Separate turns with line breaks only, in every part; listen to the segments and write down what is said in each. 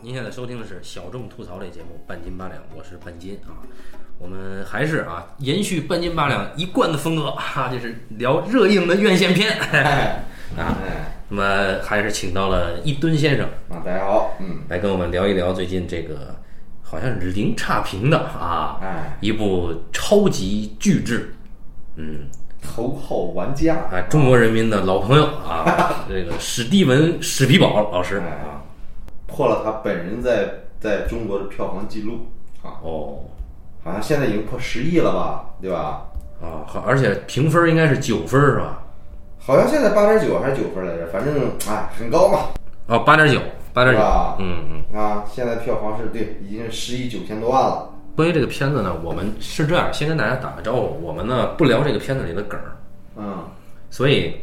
您现在收听的是小众吐槽类节目《半斤八两》，我是半斤啊。我们还是啊，延续半斤八两一贯的风格啊，就是聊热映的院线片 啊。
哎，
那么还是请到了一吨先生
啊，大家好，嗯，
来跟我们聊一聊最近这个好像是零差评的啊，
哎，
一部超级巨制，嗯
头号玩家，
啊，中国人民的老朋友啊，这个史蒂文史皮堡老师
哎
啊，
破了他本人在在中国的票房记录啊，
哦
好像现在已经破十亿了吧，对吧？
啊，好，而且评分应该是九分是吧？
好像现在八点九还是九分来着，反正哎很高嘛，
哦，八点九，八点
是
九，
吧？
嗯嗯。
啊，现在票房是对，已经是十亿九千多万了。
关于这个片子呢，我们是这样，先跟大家打个招呼，我们呢不聊这个片子里的梗儿，
嗯，
所以，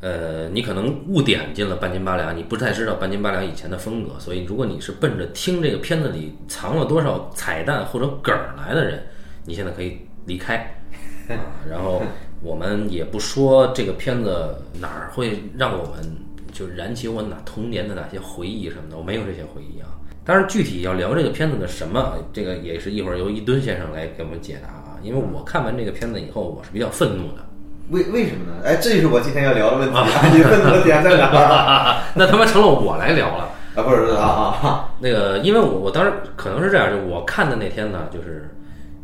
呃，你可能误点进了半斤八两，你不太知道半斤八两以前的风格，所以如果你是奔着听这个片子里藏了多少彩蛋或者梗儿来的人，你现在可以离开。啊、然后我们也不说这个片子哪儿会让我们就燃起我哪童年的哪些回忆什么的，我没有这些回忆啊。当然，具体要聊这个片子的什么，这个也是一会儿由一吨先生来给我们解答啊。因为我看完这个片子以后，我是比较愤怒的。
为为什么呢？哎，这是我今天要聊的问题，啊 你问我的点在哪儿？
那他妈成了我来聊了。
啊，不是啊啊，
那个，因为我我当时可能是这样，就我看的那天呢，就是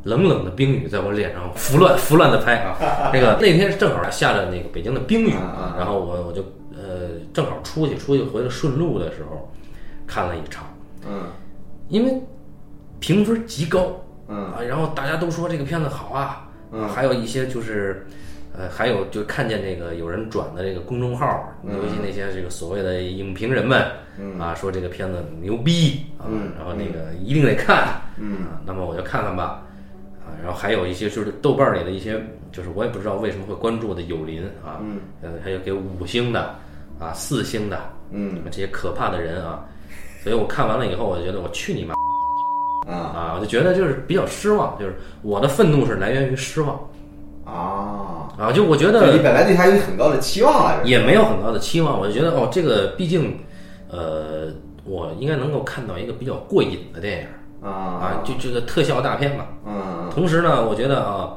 冷冷的冰雨在我脸上拂乱拂乱的拍啊。那个那天正好下着那个北京的冰雨
啊啊啊
然后我我就呃正好出去出去回来顺路的时候看了一场，
嗯
因为评分极高
嗯
啊，然后大家都说这个片子好啊，
嗯
还有一些就是。呃，还有就看见这个有人转的这个公众号，
嗯
尤其那些这个所谓的影评人们，
嗯
啊，说这个片子牛逼啊
嗯，
然后那个一定得看，
嗯
啊，那么我就看看吧，啊，然后还有一些就是豆瓣儿里的一些，就是我也不知道为什么会关注的友邻啊，
嗯
呃，还有给五星的啊、四星的
嗯
这些可怕的人啊，所以我看完了以后，我就觉得我去你妈
啊
啊，我就觉得就是比较失望，就是我的愤怒是来源于失望
啊。
啊，就我觉
对你
得
本来对他有很高的期望来着，
也没有很高的期望，我就觉得哦，这个毕竟，呃，我应该能够看到一个比较过瘾的电影。啊
啊，，
就这个特效大片吧。
嗯
同时呢，我觉得啊，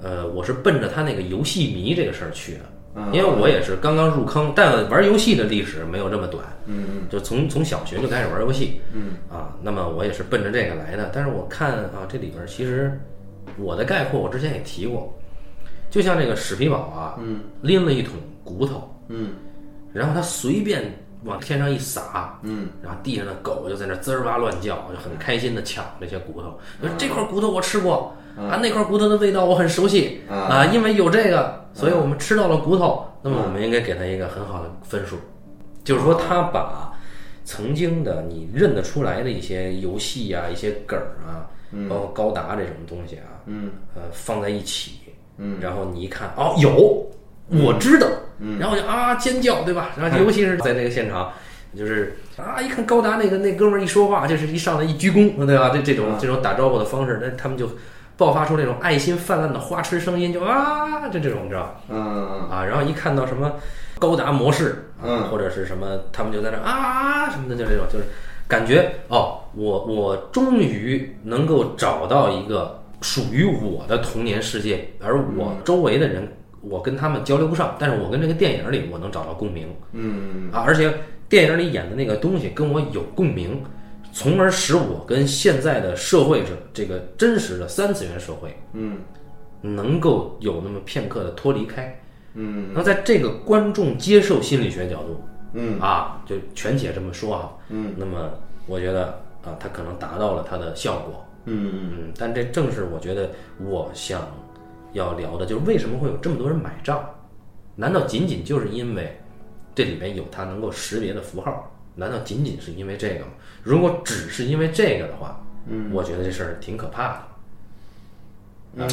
呃，我是奔着他那个游戏迷这个事儿去的，
嗯
因为我也是刚刚入坑，但玩游戏的历史没有这么短，
嗯
就从从小学就开始玩游戏
嗯
啊。那么我也是奔着这个来的。但是我看啊，这里边其实我的概括我之前也提过，就像这个史皮堡啊，
嗯
拎了一桶骨头，
嗯
然后他随便往天上一撒，
嗯
然后地上的狗就在那滋儿哇乱叫，就很开心的抢这些骨头。
嗯
就是这块骨头我吃过啊，那块骨头的味道我很熟悉
嗯
啊，因为有这个，所以我们吃到了骨头。那么我们应该给他一个很好的分数，就是说他把曾经的你认得出来的一些游戏啊、一些梗儿啊，包括高达这种东西啊，
嗯
呃，放在一起，
嗯，
然后你一看，哦，有，我知道，然后就啊尖叫，对吧？然后尤其是在那个现场，就是啊，一看高达那个那哥们儿一说话，就是一上来一鞠躬，对吧？这这种这种打招呼的方式，那他们就爆发出那种爱心泛滥的花痴声音，就啊，就这种，你知道吧？
嗯
啊，然后一看到什么高达模式，啊
嗯
或者是什么，他们就在那啊什么的，就这种，就是感觉哦，我我终于能够找到一个属于我的童年世界，而我
嗯
周围的人，我跟他们交流不上，但是我跟这个电影里我能找到共鸣
嗯
啊，而且电影里演的那个东西跟我有共鸣。从而使我跟现在的社会是这个真实的三次元社会
嗯
能够有那么片刻的脱离开，
嗯
那在这个观众接受心理学角度
嗯
啊，就全且这么说啊，
嗯，
那么我觉得啊，它可能达到了它的效果，
嗯
嗯，但这正是我觉得我想要聊的，就是为什么会有这么多人买账？难道仅仅就是因为这里面有它能够识别的符号？难道仅仅是因为这个吗？如果只是因为这个的话，嗯，我觉得这事儿挺可怕的。
嗯。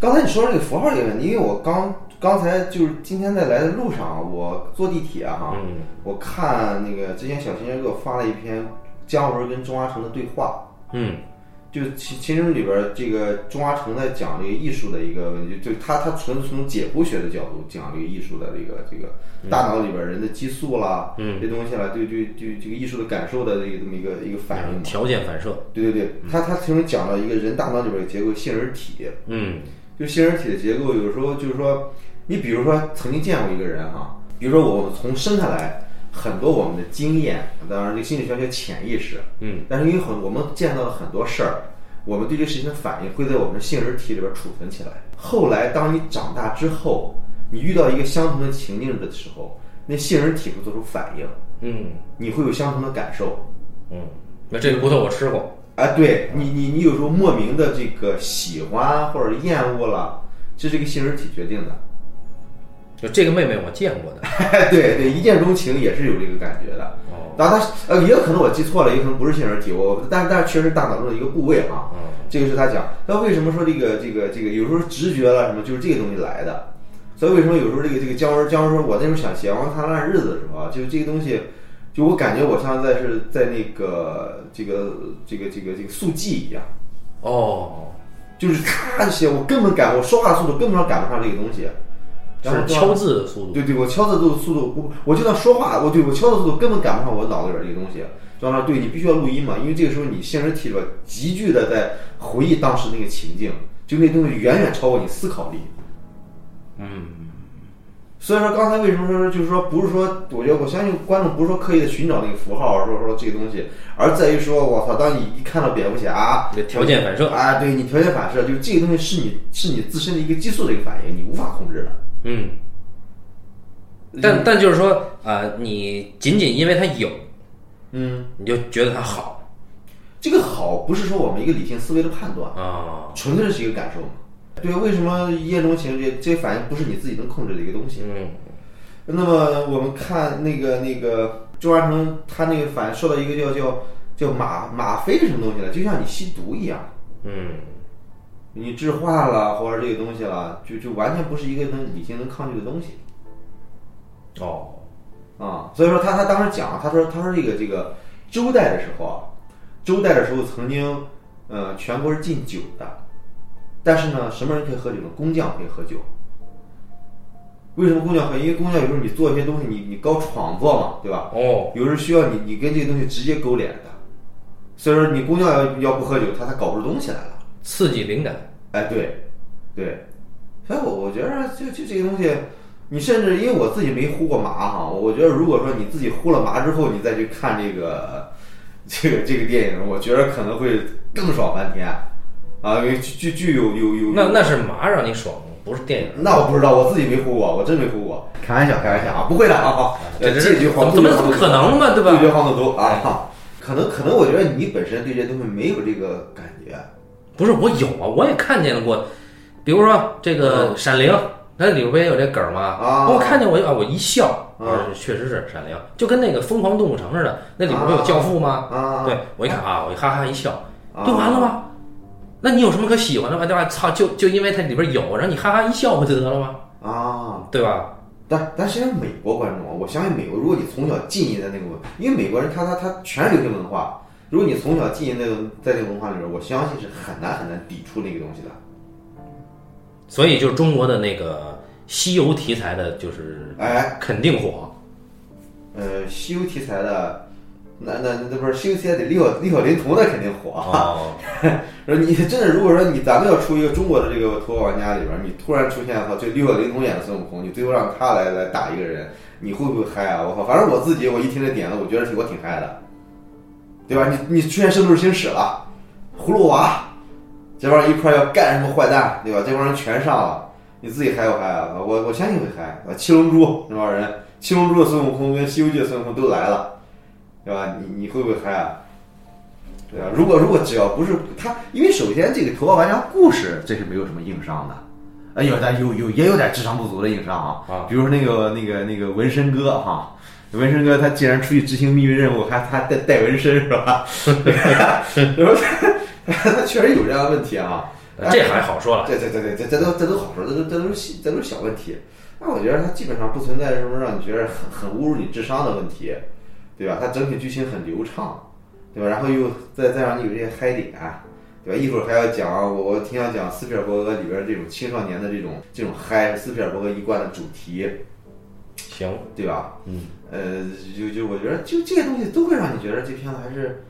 刚才你说这个符号这个问题，因为我刚刚才就是今天在来的路上，我坐地铁哈，
嗯
我看那个之前小新人给我发了一篇姜文跟钟嘉诚的对话，
嗯
就其其中里边儿这个钟华成在讲这个艺术的一个问题，就他他纯从解剖学的角度讲这个艺术的这个这个大脑里边儿人的激素啦，嗯，这东西啦，对对对这个艺术的感受的这个这么一个一个反应嘛。
条件反射，
对对对，他他其中讲了一个人大脑里边的结构杏仁体，
嗯
就杏仁体的结构，有时候就是说，你比如说曾经见过一个人哈、比如说我们从生下来很多我们的经验，当然这个心理学叫潜意识，
嗯，
但是因为很我们见到了很多事儿，我们对这个事情的反应会在我们的杏仁体里边储存起来。后来当你长大之后，你遇到一个相同的情境的时候，那杏仁体会做出反应，
嗯
你会有相同的感受，
嗯，那这个骨头我吃过，
啊，对你，你你有时候莫名的这个喜欢或者厌恶了，是这个杏仁体决定的。
就这个妹妹我见过的，
对对，一见钟情也是有这个感觉的。
哦，
当然它是，呃，也有可能我记错了，也可能不是杏仁体，我但但确实是大脑中的一个部位啊。
嗯
这个是他讲。那为什么说这个这个这个有时候直觉了什么，就是这个东西来的。所以为什么有时候这个这个姜文姜文说，我那时候想写《王灿烂日子》的时候啊，就是这个东西，就我感觉我像在是在那个这个这个这个这个速记一样。
哦，
就是咔一些，我根本赶我说话速度根本上赶不上这个东西，然
是
后
敲字的速度，
对对，我敲字速度速度不，我就算说话，我对我敲字速度根本赶不上我脑子里边这个东西。就让他对你必须要录音嘛，因为这个时候你现实体里边急剧的在回忆当时那个情境，就那东西远远超过你思考力。
嗯
所以说刚才为什么说就是说不是说，我觉得我相信观众不是说刻意的寻找那个符号，说说这个东西，而在于说我操，当你一看到蝙蝠侠，
你的条件反射
啊，对你条件反射，就是这个东西是你是你自身的一个激素的一个反应，你无法控制的。
嗯，但但就是说啊、你仅仅因为它有，
嗯，
你就觉得它好
这个好不是说我们一个理性思维的判断，
啊，
纯粹是一个感受嘛。对，啊为什么一见钟情这这反应不是你自己能控制的一个东西？
嗯
那么我们看那个那个周华成，他那个反应说到一个叫叫叫吗吗啡是什么东西了，就像你吸毒一样。
嗯
你置换了或者这个东西了，就就完全不是一个能理性能抗拒的东西。
哦，
啊、所以说他他当时讲，啊他说他说这个这个周代的时候啊，周代的时候曾经，呃，全国是禁酒的，但是呢，什么人可以喝酒呢？工匠可以喝酒。为什么工匠喝？因为工匠有时候你做一些东西，你你搞创作嘛，对吧？
哦，
有时候需要你你跟这个东西直接勾连的，所以说你工匠要要不喝酒，他他搞不出东西来了。
刺激灵感，
哎，对，对，所以我我觉得就就这个东西，你甚至因为我自己没呼过麻哈，我觉得如果说你自己呼了麻之后，你再去看这个这个这个电影，我觉得可能会更爽翻天啊，因为具具具有有有
那那是麻让你爽，不是电影。
那我不知道，我自己没呼过，我真没呼过，开玩笑，开玩笑啊，不会的啊，
这
这句黄
怎么怎么可能嘛，对
拒
吧？哎
绝黄赌毒啊，可能可能我觉得你本身对这东西没有这个感觉，
不是我有啊，我也看见过，比如说这个《闪灵》，那里边不也有这梗儿吗？
嗯啊
我看见我就啊，我一笑，我
啊
说确实是《闪灵》，就跟那个《疯狂动物城》似的，那里边不有教父吗？
啊
对我一看啊，我一哈哈一笑，
啊
就完了吗？那你有什么可喜欢的吗？对吧？操，就就因为它里边有，然后你哈哈一笑不就得了吗？
啊。
对吧？
但但实际上，美国观众啊，我相信美国，如果你从小浸淫在那个文，因为美国人他他他全流行文化，如果你从小浸淫在那个在这个文化里边，我相信是很难很难抵触那个东西的。
所以就是中国的那个西游题材的，就是
哎，
肯定 火。
呃，西游题材的，那那那不是西游题材得李小李小林童那肯定火。
哦，
说你真的，如果说你咱们要出一个中国的这个脱口玩家里边，你突然出现哈，就六小龄童演的孙悟空，你最后让他来来打一个人，你会不会嗨啊？我靠，反正我自己我一听这点子，我觉得挺我挺嗨的，对吧？你你出现《圣斗士星矢》了，葫芦娃，这帮人一块儿要干什么坏蛋，对吧？这帮人全上了，你自己嗨不嗨啊？我我相信会嗨啊！七龙珠那帮人，七龙珠的孙悟空跟西游记的孙悟空都来了，对吧？你你会不会嗨啊？对啊，如果如果只要不是他，因为首先这个《头号玩家》故事这是没有什么硬伤的，哎有但有有也有点智商不足的硬伤啊，
啊
比如说那个那个那个纹身哥哈、纹身哥他竟然出去执行秘密任务，还还带带纹身是吧？ 然后他他确实有这样的问题啊，
这还好说了。
对对对对，这这都这都好说，这都这都是细这都是小问题。那我觉得它基本上不存在什么让你觉得很很侮辱你智商的问题，对吧？它整体剧情很流畅，对吧？然后又再再让你有这些嗨点，对吧？一会儿还要讲，我我挺想讲斯皮尔伯格里边这种青少年的这种这种嗨，斯皮尔伯格一贯的主题，
行，
对吧？
嗯，
呃，就就我觉得就这些东西都会让你觉得这片子还是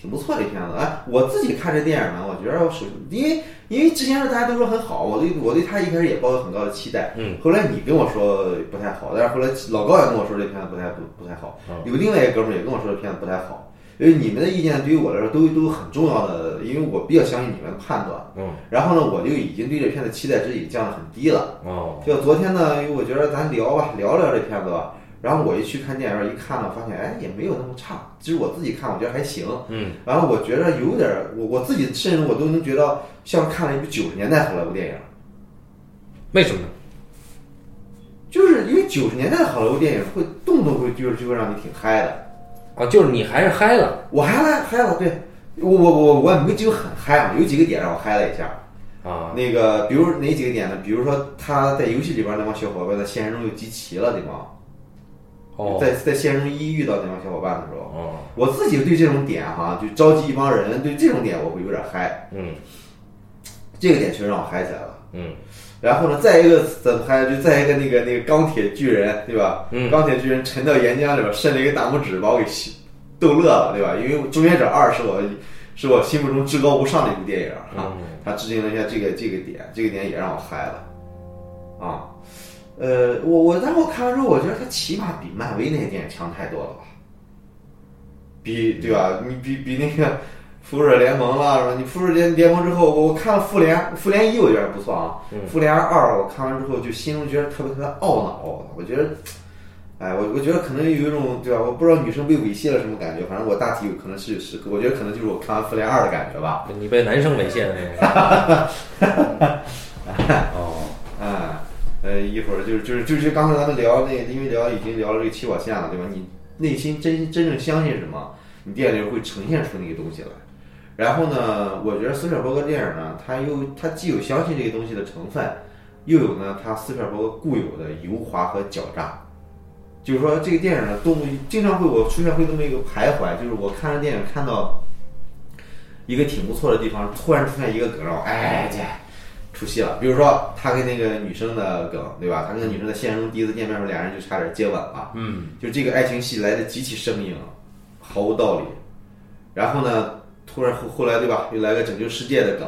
挺不错的一片子。哎，我自己看这电影呢，我觉得我首因为因为之前大家都说很好，我对我对他一开始也抱有很高的期待。
嗯，
后来你跟我说不太好，但是后来老高也跟我说这片子不太不不太好
嗯，
有另外一个哥们儿也跟我说这片子不太好。因为你们的意见对于我来说都都很重要的，因为我比较相信你们的判断。
嗯，
然后呢，我就已经对这片子期待值已经降得很低了。
哦，
就昨天呢，因为我觉得咱聊吧，聊聊这片子吧。然后我一去看电影院，一看呢，发现哎也没有那么差。其实我自己看，我觉得还行。
嗯，
然后我觉得有点儿，我我自己甚至我都能觉得像看了一部九十年代好莱坞电影，
为什么呢？
就是因为九十年代的好莱坞电影会动不动会就是就会让你挺嗨的。
啊，就是你还是嗨了
我还来嗨了，对我我我我也没就很嗨啊，有几个点让我嗨了一下。
啊，
那个，比如哪几个点呢？比如说他在游戏里边那帮小伙伴在现实中又集齐了，对吗？
哦，
在在现实中一遇到那帮小伙伴的时候，
哦，
我自己对这种点哈、就召集一帮人，对这种点我会有点嗨，
嗯
这个点确实让我嗨起来了。
嗯
然后呢，再一个怎么嗨，就再一个那个那个钢铁巨人，对吧？
嗯
钢铁巨人沉到岩浆里边，伸了一个大拇指，把我给逗乐了，对吧？因为《终结者二》是我是我心目中至高无上的一部电影哈、
嗯
他致敬了一下这个这个点，这个点也让我嗨了，啊，呃，我我但我看完之后，我觉得他起码比漫威那些电影强太多了吧，比对吧？你比比那个复仇者联盟啦，是吧？你复仇者联盟之后，我我看了复联，复联一我觉得不错啊，
嗯
复联二我看完之后就心中觉得特别特别懊恼，我觉得。哎，我我觉得可能有一种对吧？我不知道女生被猥亵了什么感觉，反正我大体有可能是是，我觉得可能就是我看完《复联二》的感觉吧。
你被男生猥亵的那个。 哦，
啊，呃，一会儿就是就是就是刚才咱们聊那，因为聊已经聊了这个起跑线了，对吧？你内心真真正相信什么，你电影里会呈现出那个东西来。然后呢，我觉得斯皮尔伯格电影呢，它又它既有相信这个东西的成分，又有呢它斯皮尔伯格固有的油滑和狡诈。就是说，这个电影呢，动经常会我出现会这么一个徘徊，就是我看着电影看到一个挺不错的地方，突然出现一个梗，让我哎这出戏了。比如说他跟那个女生的梗，对吧？他跟女生在现实中第一次见面的时候，俩人就差点接吻了。
嗯，
就这个爱情戏来的极其生硬，毫无道理。然后呢，突然后后来对吧，又来个拯救世界的梗，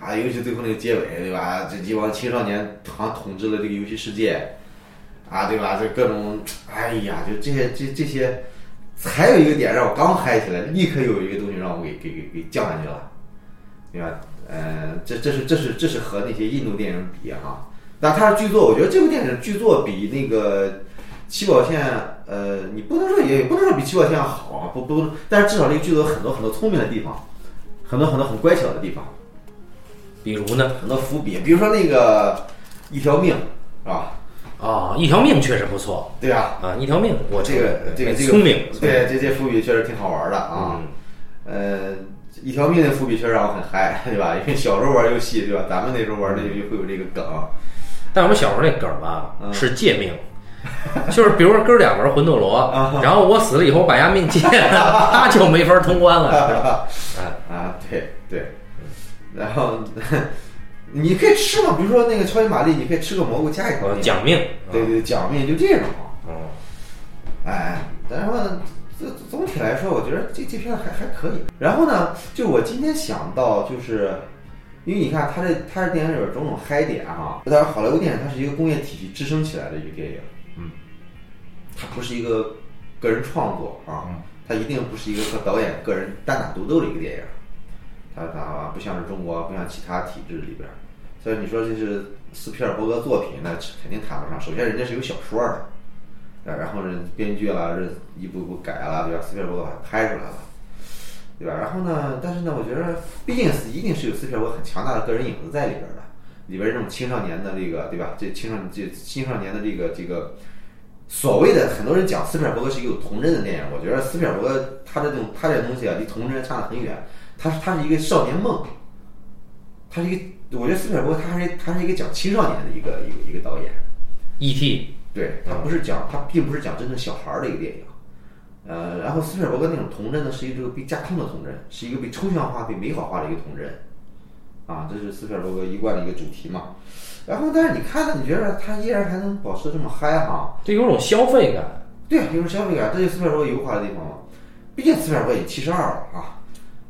啊，尤其最后那个结尾对吧？这一帮青少年好像统治了这个游戏世界，啊，对吧？这各种，哎呀，就这些这这些，还有一个点让我刚嗨起来，立刻有一个东西让我给给给给降下去了，对吧？呃，这这是这是这是和那些印度电影比哈、那它的剧作，我觉得这部电影的剧作比那个起跑线，呃，你不能说也也不能说比起跑线要好啊，不不，但是至少这个剧组有很多很多聪明的地方，很多很多很乖巧的地方，
比如呢？
很多伏笔，比如说那个一条命，是吧？
啊，一条命确实不错
对吧？
啊，一条命，我
这个这个这个
聪明，嗯
对这这伏笔确实挺好玩的啊。呃，一条命的伏笔确实让我很嗨，对吧？因为小时候玩游戏，对吧？咱们那时候玩的游戏会有这个梗，
但我们小时候那梗儿吧
嗯
是借命，就是比如说哥俩玩魂斗罗，
啊
然后我死了以后把丫命借了，他就没法通关 了。哎，
啊，对对，然后你可以吃嘛，比如说那个超级玛丽，你可以吃个蘑菇加一条
我
命，
哦讲命，
对对奖命就这种，
嗯，
哎，然后呢，这总体来说，我觉得这这片还还可以。然后呢，就我今天想到，就是因为你看它这它这电影里边种种嗨点哈、当然好莱坞电影它是一个工业体系支撑起来的一个电影，
嗯，
它不是一个个人创作啊，它一定不是一个和导演个人单打独斗的一个电影，它它不像是中国，不像其他体制里边儿。所以你说这是斯皮尔伯格作品，那肯定谈不上。首先，人家是有小说的，呃，然后呢，编剧啦，这一步一步改啦，对吧？斯皮尔伯格把它拍出来了，对吧？然后呢，但是呢，我觉得毕竟是一定是有斯皮尔伯格很强大的个人影子在里边儿的，里边儿这种青少年的这个，对吧？这青少这青少年的这个这个所谓的很多人讲斯皮尔伯格是一个有童真的电影，我觉得斯皮尔伯格他这种他这东西啊，离童真差得很远，他是他是一个少年梦，他是一个，我觉得斯皮尔伯格他还是他是一个讲青少年的一个一个一个导演。
E.T.
对，它不是讲，它并不是讲真正小孩儿的一个电影，呃，然后斯皮尔伯格那种童真呢，是一个被架空的童真，是一个被抽象化、被美好化的一个童真，啊，这是斯皮尔伯格一贯的一个主题嘛。然后，但是你看他，你觉得他依然还能保持这么嗨哈？
就有种消费感。
对啊，有种消费感，这就是斯皮尔伯格油化的地方嘛。毕竟斯皮尔伯格也七十二了啊，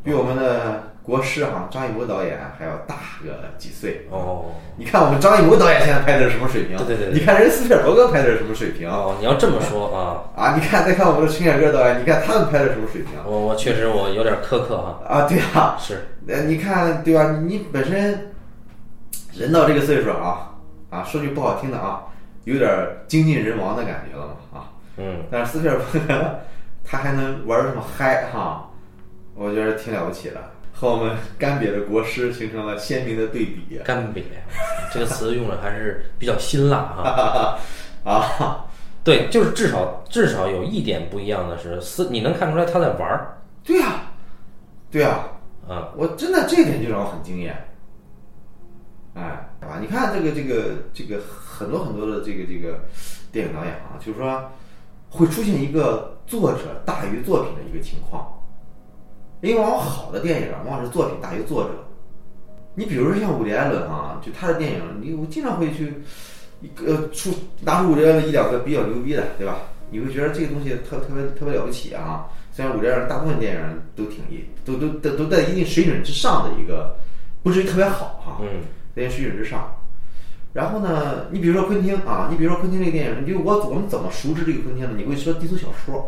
比我们的国师哈、张艺谋导演还要大个几岁。
哦
你看我们张艺谋导演现在拍的是什么水平？
对对对对
你看人家斯皮尔伯格拍的是什么水平？
哦，你要这么说啊，
啊，你看再看我们的陈凯歌导演，你看他们拍的什么水平？
我我确实我有点苛刻哈、
啊，对啊，
是，
呃，你看，对吧？你本身人到这个岁数啊，啊，说句不好听的啊，有点儿精尽人亡的感觉了嘛啊。
嗯，
但是斯皮尔伯格他还能玩儿这么嗨哈、我觉得挺了不起的，和我们干瘪的国师形成了鲜明的对比
干瘪这个词用的还是比较辛辣哈、
啊。
对，就是至少至少有一点不一样的是，斯你能看出来他在玩儿
对呀、啊，对呀、啊，
啊，
我真的这一点就让我很惊艳。哎，啊，你看这个这个这个很多很多的这个这个电影导演啊，就是说会出现一个作者大于作品的一个情况，因为往往好的电影啊往往是作品大于作者。你比如说像伍迪·艾伦啊，就他的电影，你我经常会去一个呃出拿出伍迪·艾伦一两个比较牛逼的，对吧？你会觉得这个东西特特别特别了不起啊！虽然伍迪·艾伦大部分电影都挺一都都都都在一定水准之上的一个，不至于特别好啊哈、
嗯
在一定水准之上。然后呢，你比如说昆汀啊，你比如说昆汀这个电影，你就我我们怎么熟知这个昆汀呢？你会说低俗小说，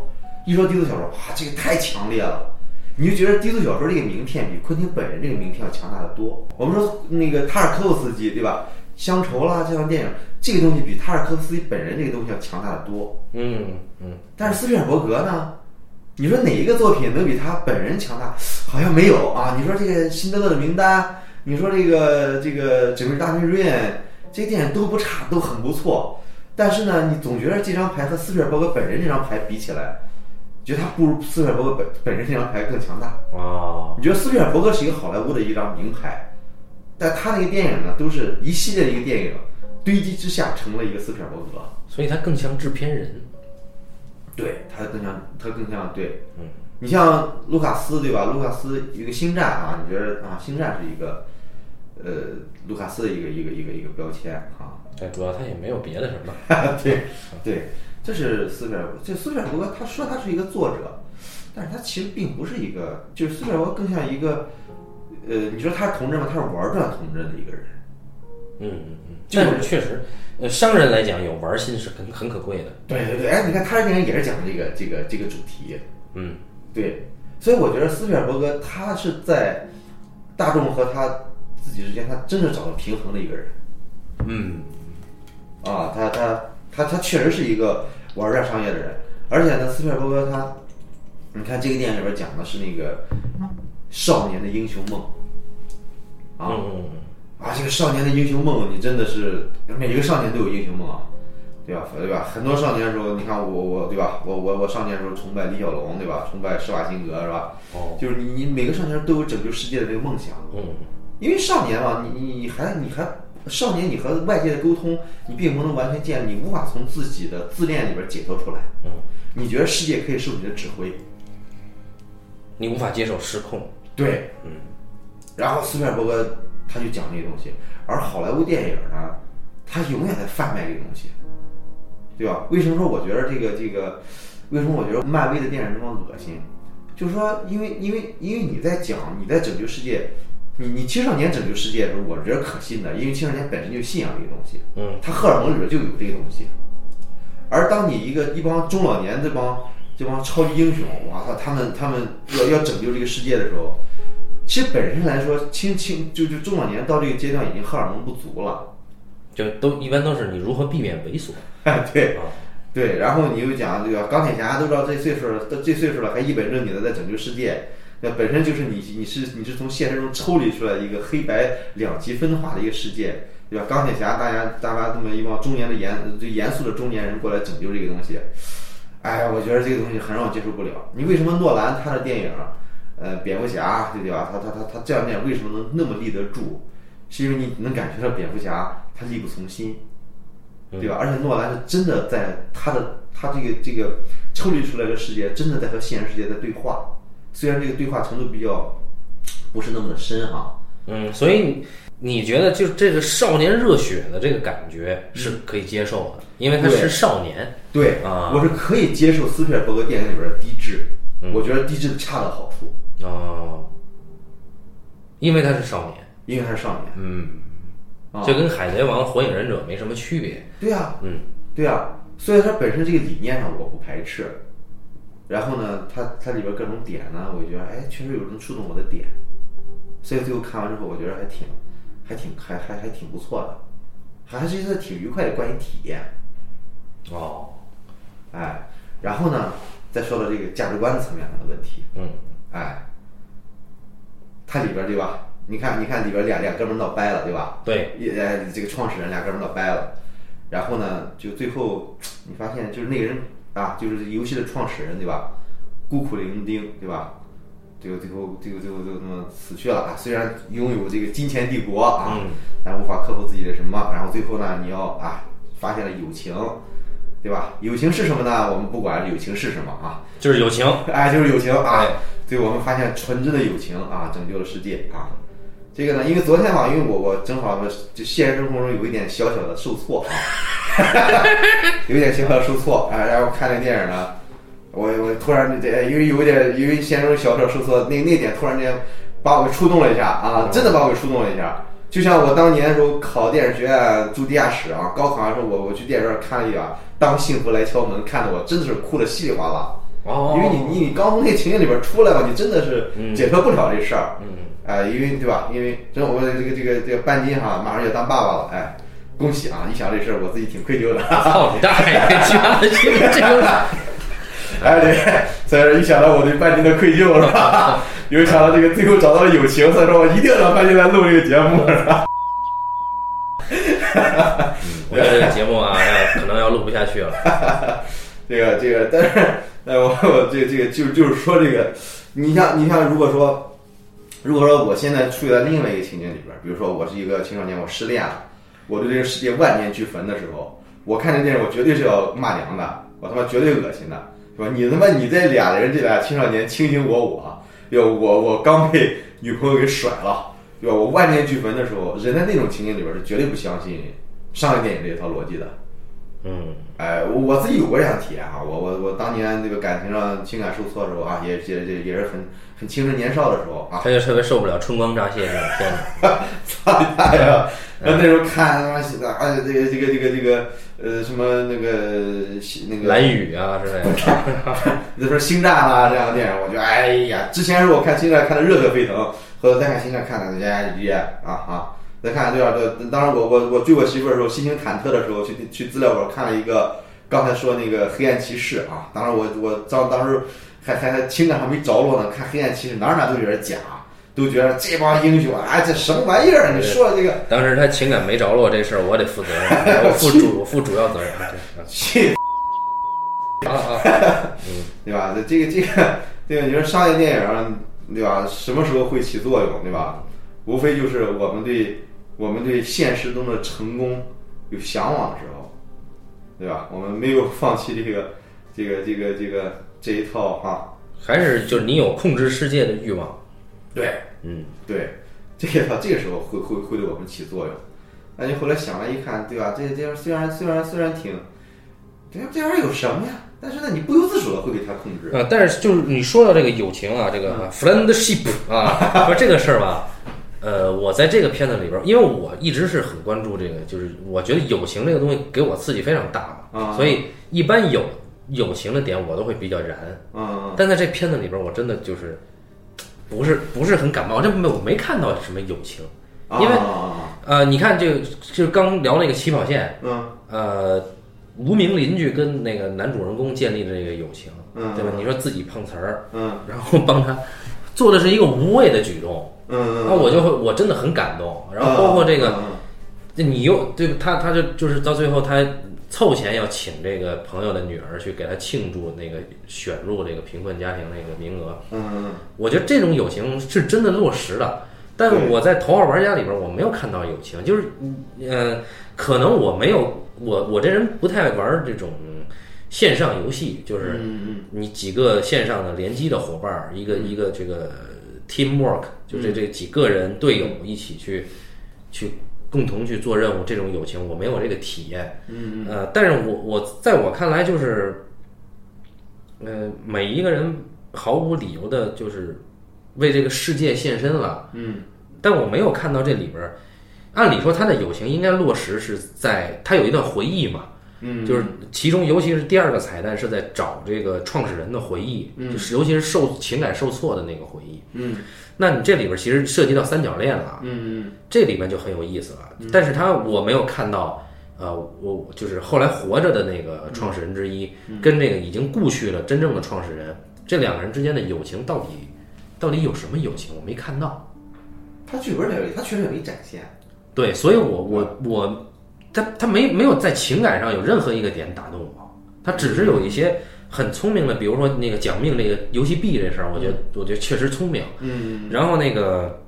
一说低俗小说，哇，这个太强烈了，你就觉得低俗小说这个名片比昆汀本人这个名片要强大的多。我们说那个塔尔科夫斯基对吧？乡愁啦，这样的电影，这个东西比塔尔科夫斯基本人这个东西要强大的多。
嗯嗯，
但是斯皮尔伯格呢？你说哪一个作品能比他本人强大？好像没有啊。你说这个《辛德勒的名单》，你说这个这个《整个大内润》，这些电影都不差，都很不错。但是呢，你总觉得这张牌和斯皮尔伯格本人这张牌比起来，觉得他不如斯皮尔伯格本本人这张牌更强大。
哦，
你觉得斯皮尔伯格是一个好莱坞的一张名牌，但他那个电影呢，都是一系列的一个电影堆积之下成了一个斯皮尔伯格。
所以他更像制片人。
对，他更像他更像对，
嗯，
你像卢卡斯对吧？卢卡斯一个星战啊，你觉得啊，星战是一个呃卢卡斯的一个一个一个一个标签啊，
对，主要他也没有别的什么。
对对，这是斯皮尔伯，这斯皮尔伯格他说他是一个作者，但是他其实并不是一个，就是斯皮尔伯格更像一个呃，你说他是童真吗？他是玩转童真的一个人，
嗯嗯嗯，
就
但是确实，呃，商人来讲有玩心是很很可贵的。
对对对，哎，你看他的电影也是讲这个这个这个主题，
嗯，
对，所以我觉得斯皮尔伯格他是在大众和他自己之间，他真是找到平衡的一个人
嗯，
啊，他他他他确实是一个玩转商业的人，而且呢，斯皮尔伯格他，你看这个电影里边讲的是那个少年的英雄梦
嗯
啊，
嗯嗯
啊，这个少年的英雄梦，你真的是每一个少年都有英雄梦啊，对吧？对吧？很多少年的时候，你看我我对吧？我我我少年的时候崇拜李小龙，对吧？崇拜施瓦辛格，是吧？
哦，
就是你你每个少年都有拯救世界的这个梦想，
嗯，
因为少年嘛，你你你还你还少年，你和外界的沟通，你并不能完全建立，你无法从自己的自恋里边解脱出来。
嗯，
你觉得世界可以受你的指挥？
你无法接受失控。
对，
嗯，
然后斯皮尔伯格他就讲这个东西，而好莱坞电影呢，他永远在贩卖这个东西，对吧？为什么说我觉得这个这个，为什么我觉得漫威的电影那么恶心？就是说，因为因为因为你在讲你在拯救世界，你你青少年拯救世界的时候，我觉得可信的，因为青少年本身就信仰这个东西，
嗯，
他荷尔蒙里边就有这个东西。而当你一个一帮中老年这帮这帮超级英雄，哇操，他们他们要要拯救这个世界的时候，其实本身来说，青青就就中老年到这个阶段已经荷尔蒙不足了，
就都一般都是你如何避免猥琐。
哎， 对
啊
对，然后你又讲这个钢铁侠都知道这岁数了，都这岁数了还一本正经的在拯救世界，那本身就是你你是你是从现实中抽离出来一个黑白两极分化的一个世界，对吧？钢铁侠大家大家这么一帮中年的严就严肃的中年人过来拯救这个东西，哎呀，我觉得这个东西很让我接受不了。你为什么诺兰他的电影，呃，蝙蝠侠对吧？他他他他这样电影为什么能那么立得住？是因为你能感觉到蝙蝠侠他力不从心，
嗯
对吧？而且诺兰是真的在他的他这个这个抽离出来的世界，真的在和现实世界在对话。虽然这个对话程度比较不是那么的深哈、
嗯，所以你你觉得就是这个少年热血的这个感觉是可以接受的，因为他是
嗯对
少年。
对，
啊嗯
我是可以接受斯皮尔伯格电影里边的低智，我觉得低智恰到好处，
哦，因为他是少年，
因为他是少年。
嗯，
啊
就跟海贼王、火影忍者没什么区别。
对啊，
嗯，
对啊，所以它本身这个理念上我不排斥。然后呢，它它里边各种点呢，我觉得哎，确实有能触动我的点，所以最后看完之后，我觉得还挺，还挺还还还挺不错的，还是一个挺愉快的观影体验。
哦，
哎，然后呢，再说到这个价值观层面上的问题，
嗯，
哎，它里边儿对吧？你看，你看里边儿俩俩哥们儿闹掰了，对吧？
对，
也哎这个创始人俩哥们儿闹掰了，然后呢，就最后你发现就是那个人啊，就是游戏的创始人对吧？孤苦伶仃对吧？最后最后最后最后就那么死去了啊！虽然拥有这个金钱帝国啊，
嗯
但无法克服自己的什么。然后最后呢，你要啊发现了友情，对吧？友情是什么呢？我们不管友情是什么啊，
就是友情。
哎，就是友情啊
哎！
对，我们发现纯真的友情啊，拯救了世界啊！这个呢，因为昨天嘛，因为我我正好就现实生活中有一点小小的受挫啊， 有一点小小的受挫啊，然后看那电影呢，我我突然这因为有一点因为现实中小小受挫，那那点突然间把我给触动了一下啊，真的把我给触动了一下。就像我当年的时候考电影学院住地下室啊，高考的时候我我去电影院看了一眼《当幸福来敲门》，看得我真的是哭得稀里哗啦。
哦，
因为你你你刚从那情景里边出来吧，你真的是解脱不了这事儿，
嗯，
哎、因为对吧？因为真我这个这个这个半斤哈，马上要当爸爸了，哎，恭喜啊！一想这事儿，我自己挺愧疚 的，
哦操你大爷！居然这 个
哎，对，所以说一想到我对半斤的愧疚 是吧？又想到这个最后找到了友情，所以说我一定要让半斤来录这个节目是吧？
我觉得这个节目啊，要可能要录不下去了。
这个这个，但是哎，我我这这个就就是说这个，你像你像如果说。如果说我现在处在另外一个情景里边儿，比如说我是一个青少年，我失恋了，我对这个世界万念俱焚的时候，我看这电影，我绝对是要骂娘的，我他妈绝对恶心的，是吧？你他妈你这俩人这俩青少年卿卿我我，哟，我我刚被女朋友给甩了，对吧？我万念俱焚的时候，人在那种情景里边儿是绝对不相信商业电影这一套逻辑的。
嗯，
哎，我我自己有过这样的体验哈、我我我当年这个感情上情感受挫的时候啊，也也也也是很很青春年少的时候啊，
他就特别受不了春光乍泄这种片子。
操你大爷！哎然后那时候看他妈是啊，这个这个这个这个呃什么那个西那个，
蓝雨啊之类的。
那时候星战啦这样的电影，我就哎呀，之前是我看星战看的热血沸腾，后来再看星战看的呀也啊啊，再看对吧？对，当时我我我追我媳妇儿的时候，心情忐忑的时候，去去资料馆看了一个刚才说那个黑暗骑士啊，当时我我当当时还还还情感还没着落呢，看黑暗骑士哪儿哪儿都觉得假。都觉得这帮英雄啊、哎，这什么玩意儿？你说的这个
当时他情感没着落这事儿，我得负责任，我负主我负主要责任。
去
啊啊，
对吧？这这个这个，对吧？你说商业电影儿，对吧？什么时候会起作用，对吧？无非就是我们对我们对现实中的成功有向往的时候，对吧？我们没有放弃这个这个这个这个这一套哈、
还是就是你有控制世界的欲望。
对
嗯，
对，这一套这个时候会会会对我们起作用。那你后来想了一看，对吧？这这样虽然虽然虽然挺，这这玩意儿有什么呀？但是呢，你不由自主的会给它控制。
啊，但是就是你说到这个友情啊，这个啊 friendship 啊，说这个事儿吧，呃，我在这个片子里边儿，因为我一直是很关注这个，就是我觉得友情这个东西给我刺激非常大嘛，
啊
所以一般有友情的点我都会比较燃。
嗯，
但在这片子里边儿，我真的就是不是不是很感冒，这没我没看到什么友情。
啊
因为
啊
呃，你看这个，就是刚聊那个起跑线，
嗯。
呃，无名邻居跟那个男主人公建立的这个友情，
嗯
对吧？你说自己碰瓷儿，
嗯
然后帮他做的是一个无谓的举动，
嗯，
那我就会我真的很感动。然后包括这个，这
嗯
你又对吧他，他就就是到最后他凑钱要请这个朋友的女儿去给他庆祝那个选入这个贫困家庭那个名额，
嗯，嗯
我觉得这种友情是真的落实的，但是
对
我在《头号玩家》里边我没有看到友情，就是嗯、呃，可能我没有我我这人不太玩这种线上游戏，
嗯
就是你几个线上的联机的伙伴儿，一个一个这个呃 teamwork，就这这几个人队友一起去去共同去做任务，这种友情我没有这个体验。嗯呃，但是我我在我看来就是，呃，每一个人毫无理由的，就是为这个世界献身了。
嗯，
但我没有看到这里边儿，按理说他的友情应该落实是在他有一段回忆嘛，
嗯，
就是其中尤其是第二个彩蛋是在找这个创始人的回忆，
嗯
就是尤其是受情感受挫的那个回忆。
嗯
那你这里边其实涉及到三角恋了，
嗯
这里面就很有意思了。但是他我没有看到，呃，我就是后来活着的那
嗯
个创始人之一，跟这个已经故去了真正的创始人，这两个人之间的友情到底到底有什么友情？我没看到。
嗯，他剧本里他确实也没展现，
对，所以我我我，他他没没有在情感上有任何一个点打动我，他只是有一些很聪明的，比如说那个讲命这个游戏币这事儿，我觉得我觉得确实聪明。
嗯
然后那个，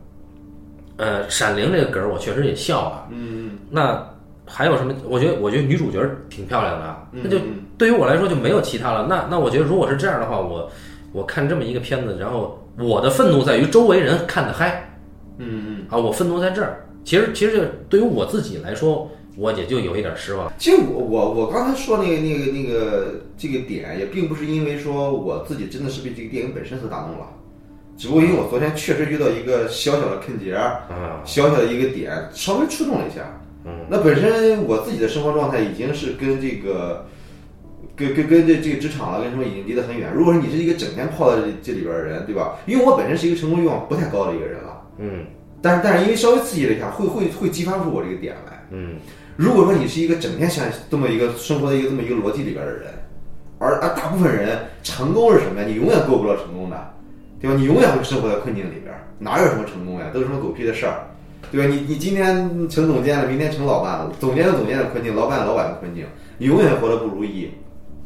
呃，闪灵这个梗儿我确实也笑了。
嗯
那还有什么？我觉得我觉得女主角挺漂亮的，啊
嗯
那就
嗯
对于我来说就没有其他了。那那我觉得如果是这样的话，我我看这么一个片子，然后我的愤怒在于周围人看的嗨。
嗯嗯。
啊，我愤怒在这儿。其实，其实对于我自己来说，我也就有一点失望。
其实我我我刚才说那个那个那个这个点，也并不是因为说我自己真的是被这个电影本身所打动了，只不过因为我昨天确实遇到一个小小的坑节儿，
啊，
小小的一个点，稍微触动了一下。
嗯，
那本身我自己的生活状态已经是跟这个，跟跟跟这这个职场了，啊跟什么已经离得很远。如果说你是一个整天泡在这这里边的人，对吧？因为我本身是一个成功欲望不太高的一个人了，
嗯
但是但是因为稍微刺激了一下，会会会激发出我这个点来。
嗯
如果说你是一个整天想这么一个生活的一个这么一个逻辑里边的人，而而大部分人成功是什么呀？你永远够不了成功的，对吧？你永远会生活在困境里边，哪有什么成功呀？都是什么狗屁的事儿，对吧？你你今天成总监了，明天成老板了，总监有总监的困境，老板有老板的困境，你永远活得不如意。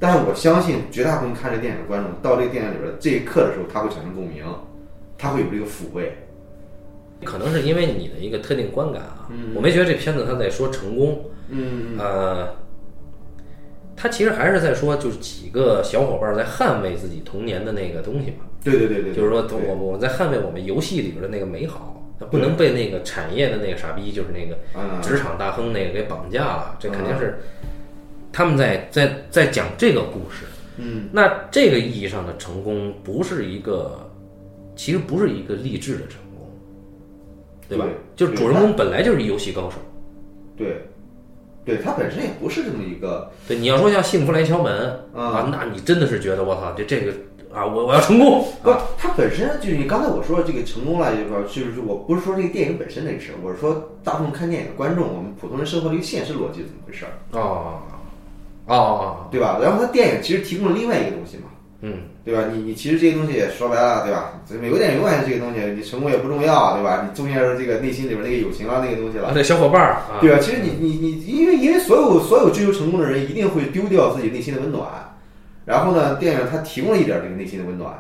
但是我相信绝大部分看这电影的观众，到这个电影里边这一刻的时候，他会产生共鸣，他会有这个抚慰。
可能是因为你的一个特定观感啊，
嗯
我没觉得这片子他在说成功，
嗯
呃，他其实还是在说就是几个小伙伴在捍卫自己童年的那个东西嘛，
对对对对，
就是说
对
我我们在捍卫我们游戏里边的那个美好，它不能被那个产业的那个傻逼，就是那个
嗯
职场大亨那个给绑架了，这肯定是他们在在在讲这个故事。
嗯
那这个意义上的成功，不是一个，其实不是一个励志的成功，对吧？
对
就是主人公本来就是游戏高手，
对，对，它本身也不是这么一个，
对，你要说像《幸福来敲门》
嗯
啊，那你真的是觉得我操，这这个啊，我我要成功，
不，它本身就是你刚才我说的这个成功了，就是说就是我不是说这个电影本身的事儿，我是说大众看电影的观众，我们普通人生活的一个现实逻辑怎么回事儿，
哦哦，
对吧？然后它电影其实提供了另外一个东西嘛，
嗯
对吧？你你其实这些东西也说白了，对吧？这美国电影永远是这个东西，你成功也不重要，对吧？你重要是这个内心里边那个友情啊，那个东西了
啊，。这小伙伴儿啊，
对啊，其实你你你，因为因为所有所有追求成功的人一定会丢掉自己内心的温暖，然后呢，电影它提供了一点这个内心的温暖，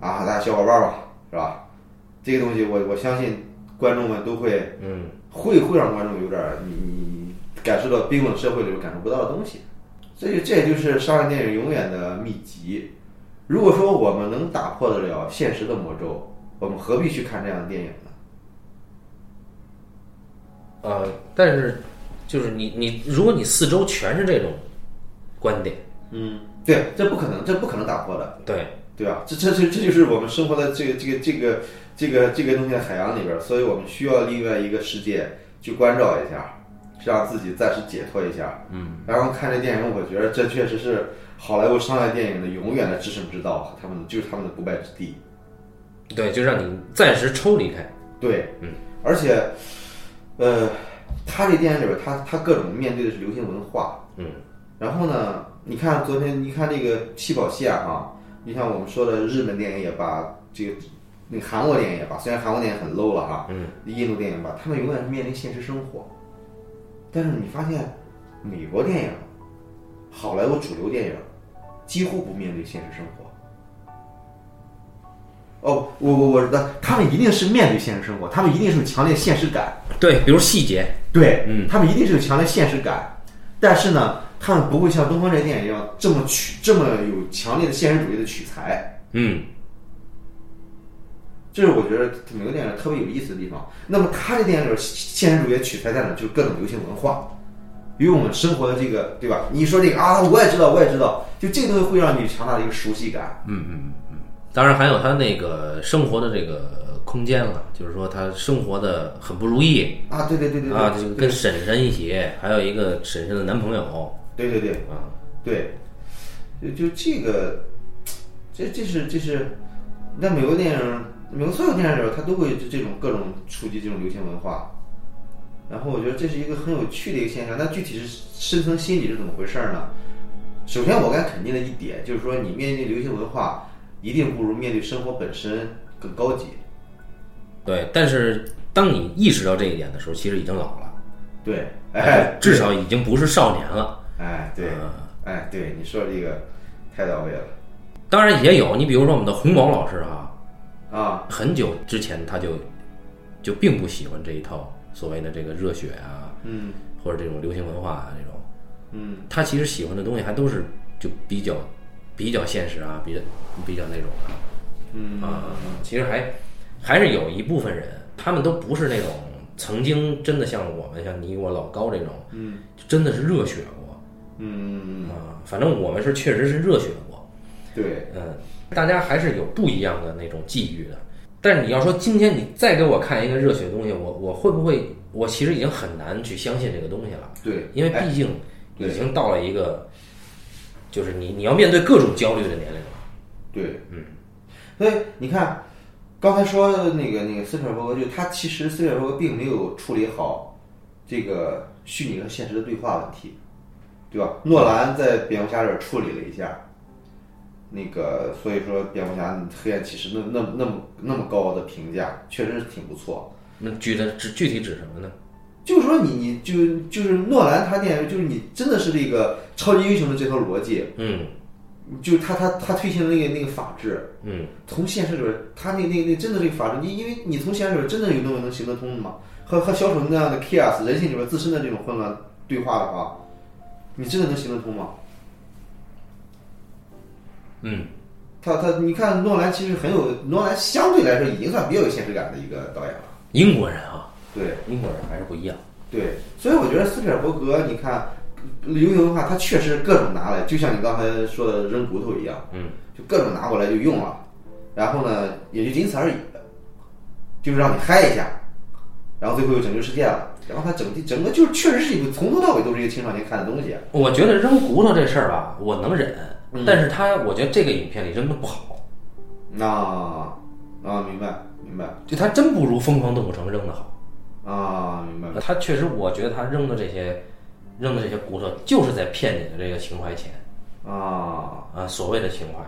啊，大家小伙伴儿吧，是吧？这个东西我我相信观众们都会
嗯，
会会让观众有点儿你你你感受到冰冷社会里边感受不到的东西，所以这就是商业电影永远的秘籍。如果说我们能打破得了现实的魔咒，我们何必去看这样的电影呢？
呃，但是就是你你，如果你四周全是这种观点，
嗯，对，这不可能，这不可能打破的。
对，
对啊吧？这这这这就是我们生活在这个这个这个这个这个东西的海洋里边儿，所以我们需要另外一个世界去关照一下，让自己暂时解脱一下。嗯，然后看这电影，我觉得这确实是好莱坞商业电影的永远的制胜之道和他们的就是他们的不败之地。
对，就让你暂时抽离开，
对，
嗯，
而且，呃，他这电影里边儿，他他各种面对的是流行文化，
嗯，
然后呢，你看昨天，你看这个七宝线啊，你像我们说的日本电影也罢，这个那个韩国电影也罢，虽然韩国电影很 low 了哈，
嗯，
印度电影吧，他们永远是面临现实生活，但是你发现美国电影，好莱坞主流电影几乎不面对现实生活。哦，我我我知道，他们一定是面对现实生活，他们一定是有强烈现实感，
对，比如细节，
对，
嗯
他们一定是有强烈现实感，但是呢，他们不会像东方这些电影一样这么取这么有强烈的现实主义的取材，
嗯，
这是我觉得美国电影特别有意思的地方。那么他这电影里边现实主义的取材在哪？就是各种流行文化。与我们生活的这个，对吧？你说这个啊，我也知道，我也知道，就这个东西会让你强大的一个熟悉感。
当然还有他那个生活的这个空间了，就是说他生活的很不如意
啊，对对对对对，
啊，就是跟婶婶一起，还有一个婶婶的男朋友
对对对
啊，
对，就就这个，这这是这是，在美国电影，美国所有电影里边，它都会这这种各种触及这种流行文化。然后我觉得这是一个很有趣的一个现象。那具体是深层心理是怎么回事儿呢？首先，我敢肯定的一点就是说，你面对流行文化，一定不如面对生活本身更高级。
对。但是当你意识到这一点的时候，其实已经老了，
对，哎，
至少已经不是少年了。啊
哎，对，
嗯
哎，对，你说这个太到位了
当然也有，你比如说我们的洪广老师啊，
啊！
很久之前他就就并不喜欢这一套所谓的这个热血啊，
嗯
或者这种流行文化啊这种，
嗯，
他其实喜欢的东西还都是就比较比较现实啊，比较比较那种的、
嗯
啊，其实还还是有一部分人，他们都不是那种曾经真的像我们像你我老高这种，
嗯，
真的是热血过
嗯，
啊，反正我们是确实是热血过，
对，
嗯，大家还是有不一样的那种际遇的。但是你要说今天你再给我看一个热血的东西，我我会不会？我其实已经很难去相信这个东西了，
对，
因为
哎
毕竟
对
已经到了一个，就是你你要面对各种焦虑的年龄了。
对，嗯，所以你看，刚才说的那个那个斯皮尔伯格，就他其实斯皮尔伯格并没有处理好这个虚拟和现实的对话问题，对吧？诺兰在蝙蝠侠这儿处理了一下，那个所以说蝙蝠侠黑暗骑士那那那么那么高的评价，确实是挺不错。
那举的指具体指什么呢？
就是说你你就就是诺兰他电影就是你真的是这个超级英雄的这套逻辑，
嗯
就是他他他推行的那个那个法治，
嗯，
从现实里边儿他那那那真的这个法治，你因为你从现实里边儿真的有那么能行得通的吗？和和小丑那样的 chaos 人性里边儿自身的这种混乱对话的话，你真的能行得通吗？
嗯，
他他你看诺兰其实很有诺兰相对来说已经算比较有现实感的一个导演了，
英国人啊，
对。
英国人还是不一样。
对，所以我觉得斯皮尔伯格，你看流行文化，他确实各种拿来，就像你刚才说的扔骨头一样，
嗯，
就各种拿过来就用了，然后呢，也就仅此而已，就是让你嗨一下，然后最后又拯救世界了。然后他整体整个就是确实是一个从头到尾都是一个青少年看的东西，
我觉得扔骨头这事儿吧，我能忍，
嗯
但是他我觉得这个影片里扔的不好，
那啊明白明白
就他真不如《疯狂动物城》扔的好。
啊明白，
他确实，我觉得他扔的这些扔的这些骨头，就是在骗你的这个情怀钱
啊
啊，所谓的情怀。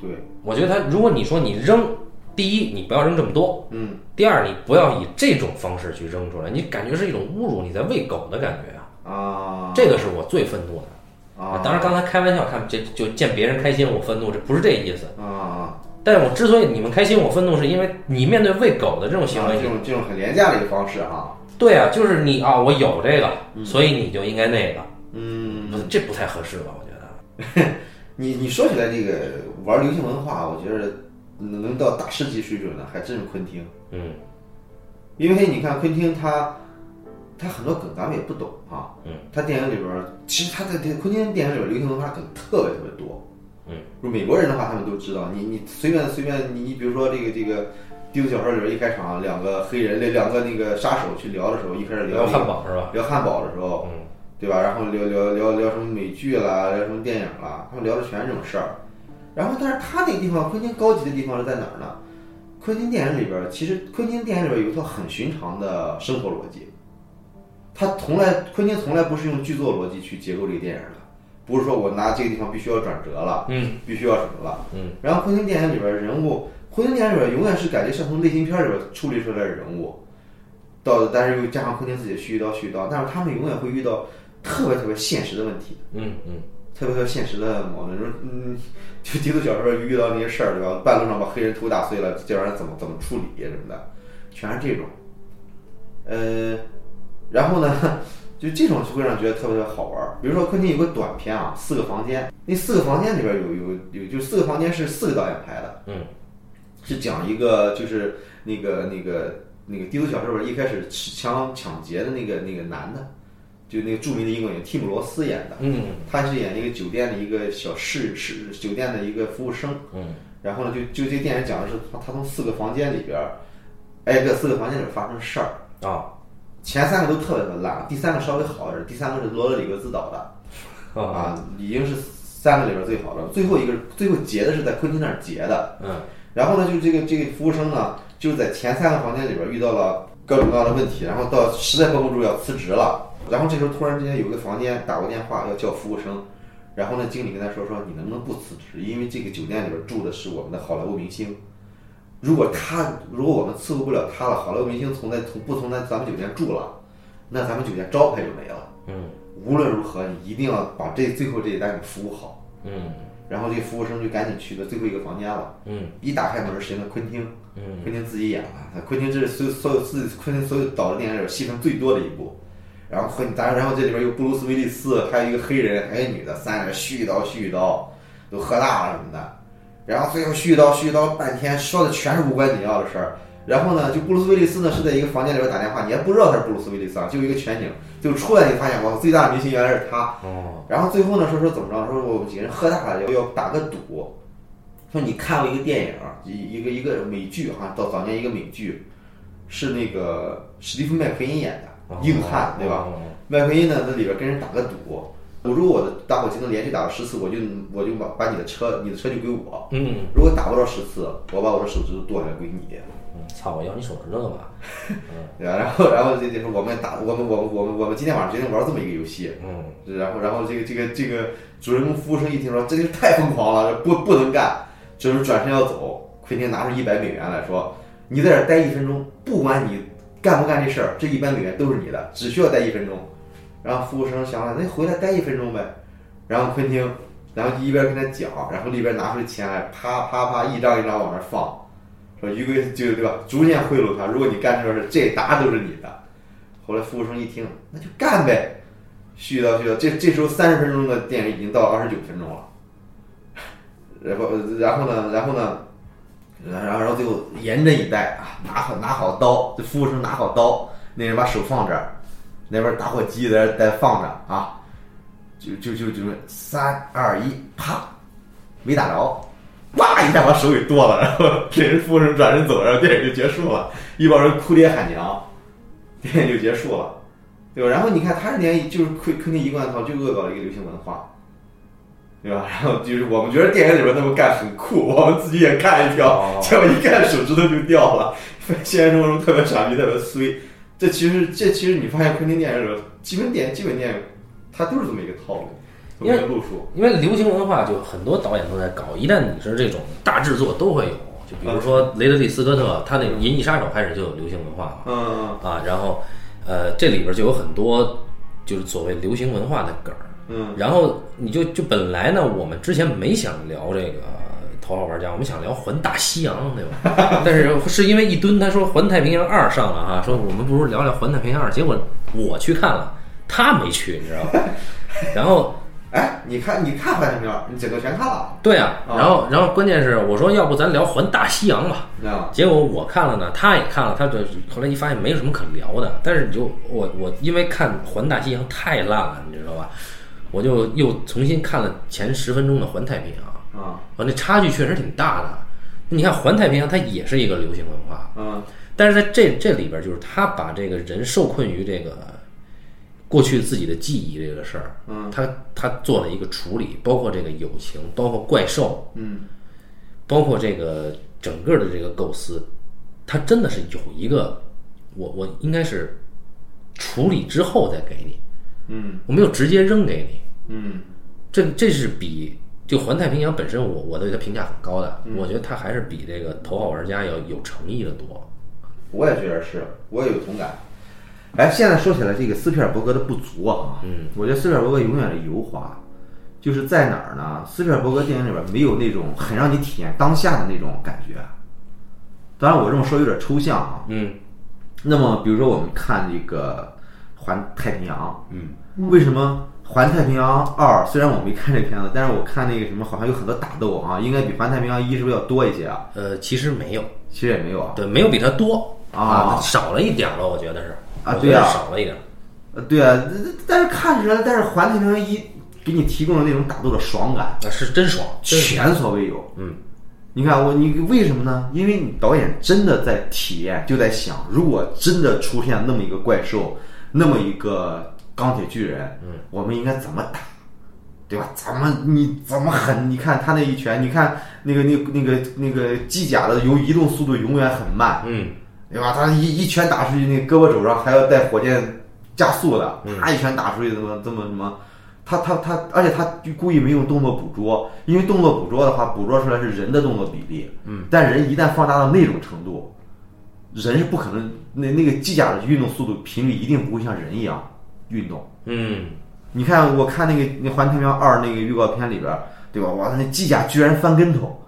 对，
我觉得他，如果你说你扔，第一，你不要扔这么多；
嗯
第二，你不要以这种方式去扔出来，你感觉是一种侮辱，你在喂狗的感觉啊，
啊
这个是我最愤怒的。
啊
当然，刚才开玩笑，看这就见别人开心我愤怒，这不是这意思。
啊
但是我之所以你们开心我愤怒，是因为你面对喂狗的这种行为，
啊
你
这种这种很廉价的一个方式哈，
对啊，就是你啊，我有这个，所以你就应该那个，
嗯。
不这不太合适吧？我觉得。
你你说起来这个玩流行文化，我觉得能能到大师级水准的还真是昆汀，
嗯
因为你看昆汀他他很多梗咱们也不懂啊，
嗯，
他电影里边儿其实他在这昆汀电影里边儿流行文化梗特别特别多，
嗯，
就美国人的话他们都知道，你你随便随便你你比如说这个这个。第五小说里边儿一开场，两个黑人，那两个那个杀手去聊的时候，一开始聊
聊汉堡是吧？
聊汉堡的时候，
嗯
对吧？然后聊聊聊聊什么美剧啦，聊什么电影啦，他们聊的全是这种事儿。然后，但是他那个地方，昆汀高级的地方是在哪儿呢？昆汀电影里边儿，其实昆汀电影里边儿有一套很寻常的生活逻辑，他从来昆汀从来不是用剧作逻辑去结构这个电影的，不是说我拿这个地方必须要转折了，
嗯
必须要什么了。
嗯
然后昆汀电影里边人物，昆汀电影里边永远是感觉像从类型片里边处理出来的人物，到但是又加上昆汀自己的絮絮叨絮叨，但是他们永远会遇到特别特别现实的问题，
嗯嗯，
特别特别现实的矛盾。说嗯， 就基督小说遇到那些事儿，对吧？半路上把黑人头打碎了，这玩意儿怎么怎么处理什么的，全是这种。呃，然后呢， 就这种就会让人觉得特别的好玩儿。比如说昆汀有个短片啊，四个房间，那四个房间里边有有有，就四个房间是四个导演拍的，
嗯，
是讲一个就是那个那个那个低俗小说里边一开始持枪抢劫的那个那个男的，就那个著名的英国演员蒂姆·罗斯演的，
嗯
他是演一个酒店的一个小侍侍酒店的一个服务生，
嗯
然后呢，就就这电影讲的是他他从四个房间里边儿，挨个四个房间里边发生事儿，
啊
前三个都特别的烂，第三个稍微好一点，第三个是罗德里格自导的
啊
啊，已经是三个里边最好的，最后一个最后结的是在昆汀那儿结的，
嗯
然后呢，就这个这个服务生呢，就是在前三个房间里边遇到了各种各样的问题，然后到实在绷不住要辞职了，然后这时候突然之间有一个房间打过电话要叫服务生，然后呢，经理跟他说说你能不能不辞职，因为这个酒店里边住的是我们的好莱坞明星，如果他如果我们伺候不了他了，好莱坞明星从在从不从咱咱们酒店住了，那咱们酒店招牌就没了。
嗯
无论如何，你一定要把这最后这一单给服务好。
嗯
然后这服务生就赶紧去了最后一个房间了，
嗯
一打开门，谁呢？昆汀。
嗯
昆汀自己演了，昆汀这是所有所有自己昆汀所有导的电影里边戏份最多的一部。然后昆，当然，然后这里边有布鲁斯威利斯，还有一个黑人，还有一个女的，三人絮叨絮叨，都喝大了什么的。然后最后絮叨絮叨半天，说的全是无关紧要的事儿。然后呢，就布鲁斯威利斯呢是在一个房间里边打电话，你还不知道他是布鲁斯威利斯啊，就一个全景，就出来你发现，哇，最大的明星原来是他。
哦
然后最后呢，说说怎么着？说我们几个人喝大了要要打个赌，说你看过一个电影，一一个一个美剧哈，到早年一个美剧，是那个史蒂夫麦奎因演的
哦
《硬汉》， 对吧？
哦
麦奎因呢，那里边跟人打个赌，我如果我的打火机能连续打到十次，我就我就把把你的车，你的车就归我；
嗯
如果打不到十次，我把我的手指头剁下来归你。
嗯，操！我要你手指头干嘛？
对吧？然后，然后这就是我们打我们我们我们我们今天晚上决定玩这么一个游戏，
嗯
然后，然后这个这个这个主人公服务生一听说这就是太疯狂了，不不能干，这时候转身要走，奎汀拿出一百美元来说：“你在这儿待一分钟，不管你干不干这事儿，这一百美元都是你的，只需要待一分钟。”然后服务生想了，那回来待一分钟呗。然后昆汀，然后一边跟他讲，然后一边拿出钱来，啪啪啪一张一张往那儿放，说一个就对吧，逐渐贿赂他。如果你干这事儿，这沓都是你的。后来服务生一听，那就干呗。絮叨絮叨，这这时候三十分钟的电影已经到二十九分钟了，然后然后呢，然后呢，然后然后最后严阵以待啊，拿好拿好刀，这服务生拿好刀，那人把手放这儿，那边打火机在这儿在放着啊，就就就就三二一，啪，没打着。哇！一下把手给剁了，然后 给人服务生转身走，然后电影就结束了。一帮人哭爹喊娘，电影就结束了。对吧？然后你看，他这年就是昆昆汀一贯的套，就恶搞一个流行文化，对吧？然后就是我们觉得电影里边那么干很酷，我们自己也干一条
哦，
结果一干手指头就掉了。 现实生活中特别傻逼，特别衰。这其实这其实你发现昆汀电影里边基本点基本电影，它都是这么一个套路，这么一个路数。
因为流行文化就很多导演都在搞，一旦你是这种大制作都会有，就比如说雷德利·斯科特，他那《银翼杀手》开始就有流行文化嘛，
嗯
啊，然后呃这里边就有很多就是所谓流行文化的梗儿，
嗯
然后你就就本来呢，我们之前没想聊这个。头号玩家，我们想聊《环大西洋》，对吧？ 但是是因为一吨他说《环太平洋二》上了哈、说我们不如聊聊《环太平洋二》，结果我去看了，他没去，你知道吧？ 然后
哎，你看你看《环球票》，你整个全看了，
对啊，
啊
然后然后关键是我说要不咱聊环大西洋吧，
你知道吗？
结果我看了呢，他也看了，他就后来一发现没什么可聊的，但是你就我我因为看环大西洋太烂了，你知道吧？我就又重新看了前十分钟的环太平洋，
啊
啊，那差距确实挺大的。你看环太平洋它也是一个流行文化，
嗯
但是在这这里边就是他把这个人受困于这个过去自己的记忆这个事儿，
嗯
他他做了一个处理，包括这个友情，包括怪兽，
嗯
包括这个整个的这个构思，它真的是有一个，我我应该是处理之后再给你，
嗯
我没有直接扔给你。
嗯
这这是比就《环太平洋》本身我，我对它评价很高的，
嗯
我觉得它还是比这个《头号玩家》要有诚意的多。
我也觉得是，我也有同感。哎，现在说起来，这个斯皮尔伯格的不足啊，嗯，我觉得斯皮尔伯格永远是油滑，就是在哪儿呢？斯皮尔伯格电影里边没有那种很让你体验当下的那种感觉。当然，我这么说有点抽象啊。
嗯
那么，比如说我们看这个《环太平洋。
嗯，
为什么《环太平洋二》虽然我没看这片子，但是我看那个什么好像有很多打斗啊，应该比《环太平洋一》是不是要多一些啊？
呃，其实没有，
其实也没有啊。
对，没有比它多
啊
少了一点儿了，我觉得是我
啊
觉
对
得
啊
少了一点儿。
呃，对啊，但但是看起来，但是《环太平洋一》给你提供的那种打斗的爽感，
啊，是真爽，真爽
前所未有。
嗯，
你看我，你为什么呢？因为你导演真的在体验，就在想，如果真的出现那么一个怪兽，那么一个钢铁巨人，嗯，我们应该怎么打，对吧？怎么你怎么狠？你看他那一拳，你看那个那个那个那个机甲的由移动速度永远很慢，
嗯，
对吧？他一一拳打出去，那胳膊肘上还要带火箭加速的，啪一拳打出去，怎么这么什么？他他他，而且他就故意没用动作捕捉，因为动作捕捉的话，捕捉出来是人的动作比例，嗯，但人一旦放大到那种程度，人是不可能那那个机甲的运动速度频率一定不会像人一样运动。
嗯，
你看，我看那个那《环太平洋二》那个预告片里边儿，对吧？哇，那机甲居然翻跟头，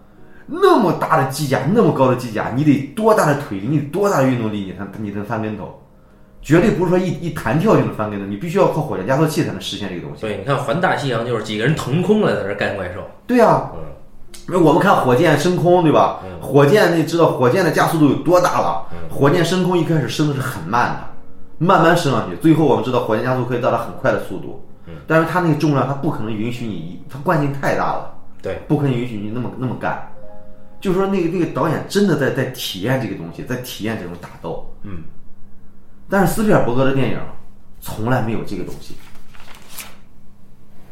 那么大的机甲，那么高的机甲，你得多大的腿力，你得多大的运动力，你才你才能翻跟头？绝对不是说一一弹跳就能翻跟头，你必须要靠火箭加速器才能实现这个东西。
所以你看环大西洋就是几个人腾空了，在那儿干怪兽，
对啊，
嗯
那我们看火箭升空，对吧？
嗯
火箭那知道火箭的加速度有多大了？火箭升空一开始升的是很慢的，慢慢升上去，最后我们知道火箭加速可以到达很快的速度，
嗯
但是它那个重量它不可能允许你一，它惯性太大了，
对，
不可能允许你那么那么干。就说那个那个导演真的在在体验这个东西，在体验这种打斗，
嗯，
但是斯皮尔伯格的电影从来没有这个东西，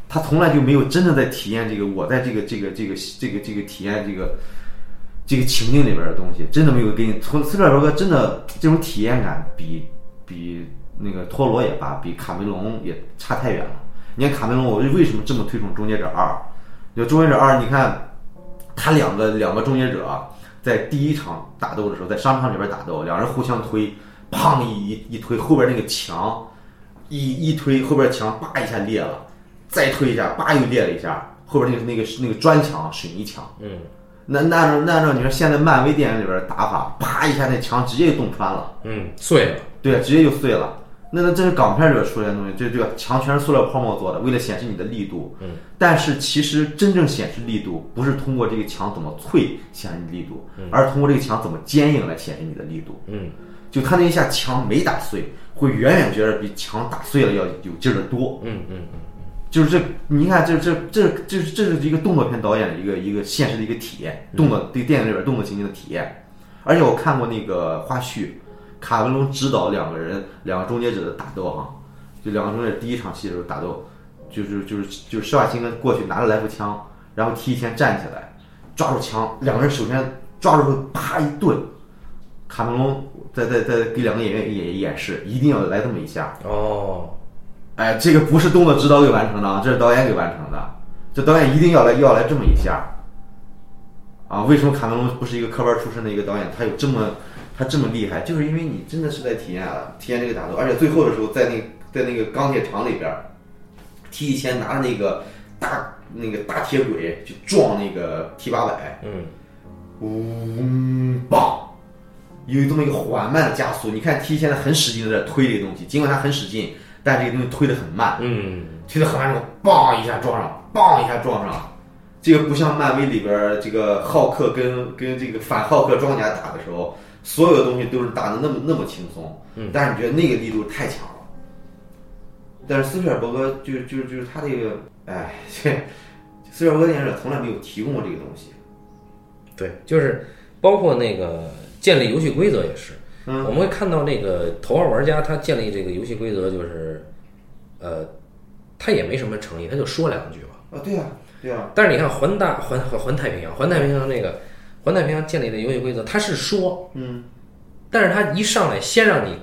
他从来就没有真的在体验这个我在这个这个这个这个这个体验这个这个情境里边的东西，真的没有给你从斯皮尔伯格真的这种体验感比比那个托罗也罢，比卡梅隆也差太远了。你看卡梅隆，我为什么这么推崇《终结者二》？就《终结者二》，你看他两个两个终结者啊在第一场打斗的时候，在商场里边打斗，两人互相推，砰一一一推，后边那个墙一一推，后边墙叭一下裂了，再推一下，叭又裂了一下，后边那个那个那个砖墙、水泥墙。
嗯，
那那按照那按照你说现在漫威电影里边的打法，啪一下那墙直接就洞穿了。
嗯，碎了，
对，直接就碎了。那那这是港片里边出来的东西，这这个墙全是塑料泡沫做的，为了显示你的力度。嗯。但是其实真正显示力度，不是通过这个墙怎么脆显示你力度，而是通过这个墙怎么坚硬来显示你的力度。
嗯，
就他那一下墙没打碎，会远远觉得比墙打碎了要有劲儿的多。
嗯嗯
就是这，你看这这这这是这是一个动作片导演的一个一个现实的一个体验，
嗯
动作对电影里边动作情节的体验。而且我看过那个花絮，卡梅隆指导两个人两个终结者的打斗哈，就两个终结者第一场戏的时候打斗，就是就是就是施瓦辛格过去拿着来福枪，然后提一前站起来，抓住枪，两个人首先抓住后啪一顿，卡梅隆在在在给两个演员演演示，一定要来这么一下，
哦，
哎，这个不是动作指导给完成的，啊，这是导演给完成的。这导演一定要来要来这么一下，啊，为什么卡梅隆不是一个科班出身的一个导演，他有这么他这么厉害，就是因为你真的是在体验啊，体验这个打斗，而且最后的时候在那在那个钢铁厂里边儿，提一前拿着那个大那个大铁轨去撞那个 T 八百，
嗯
嗡棒，有这么一个缓慢的加速。你看 T 现在很使劲的在推这个东西，尽管它很使劲，但这个东西推得很慢，
嗯，
推得很慢之后，嘣一下撞上，嘣一下撞上。这个不像漫威里边儿这个浩克跟跟这个反浩克装甲打的时候，所有的东西都是打的那么那么轻松，
嗯
但是你觉得那个力度太强了。但是斯皮尔伯格就就就是他这个，哎，这斯皮尔伯格电影里从来没有提供过这个东西。
对，就是包括那个建立游戏规则也是，
嗯
我们会看到那个头号玩家他建立这个游戏规则就是，呃，他也没什么诚意，他就说两句嘛。
啊，对呀、对呀、
但是你看环大环环环太平洋，环太平洋那个环太平洋建立的游戏规则，他是说，
嗯，
但是他一上来先让你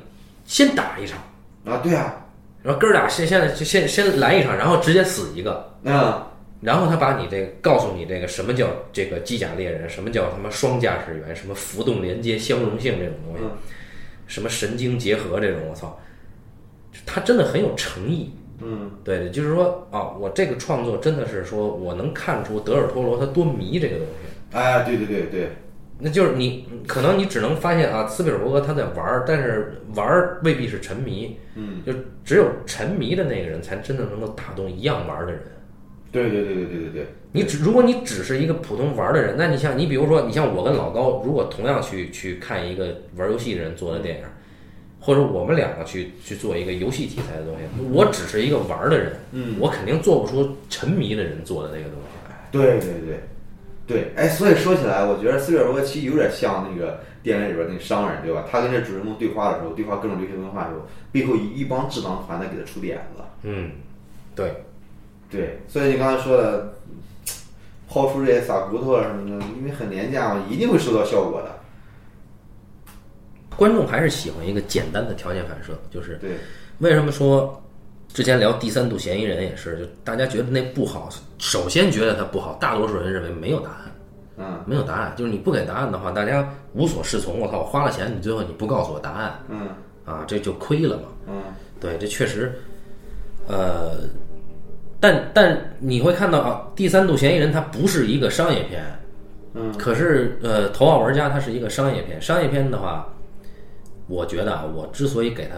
先打一场。
啊，对呀、
然后哥俩先先先先来一场，然后直接死一个，
嗯，
然后他把你这个告诉你这个什么叫这个机甲猎人，什么叫他妈双驾驶员，什么浮动连接相容性这种东西，
嗯
什么神经结合这种，我操，他真的很有诚意。
嗯，
对，就是说啊，我这个创作真的是说我能看出德尔托罗他多迷这个东西。
哎，对对对对，
那就是你可能你只能发现啊，斯皮尔伯格他在玩儿，但是玩儿未必是沉迷，
嗯，
就只有沉迷的那个人才真的能够打动一样玩儿的人。
对对对对对对对，
你只如果你只是一个普通玩儿的人，那你像你比如说你像我跟老高，如果同样去去看一个玩儿游戏的人做的电影，或者我们两个去去做一个游戏题材的东西，我只是一个玩儿的人，
嗯，
我肯定做不出沉迷的人做的那个东西来。
对对对对，哎，所以说起来，我觉得斯皮尔伯格其实有点像那个电影里边那商人，对吧？他跟这主人公对话的时候，对话各种流行文化的时候，背后一一帮智囊团在给他出点子。
嗯，对，
对，所以你刚才说的，抛出这些撒骨头啊什么的，因为很廉价嘛，一定会收到效果的。
观众还是喜欢一个简单的条件反射，就是
对，
为什么说之前聊第三度嫌疑人也是，就大家觉得那不好，首先觉得它不好，大多数人认为没有答案，
嗯
没有答案，就是你不给答案的话，大家无所适从。我靠，我花了钱，你最后你不告诉我答案
嗯
啊，这就亏了嘛。
嗯
对，这确实，呃，但但你会看到啊，第三度嫌疑人它不是一个商业片，
嗯，
可是呃，头号玩家它是一个商业片，商业片的话，我觉得啊，我之所以给他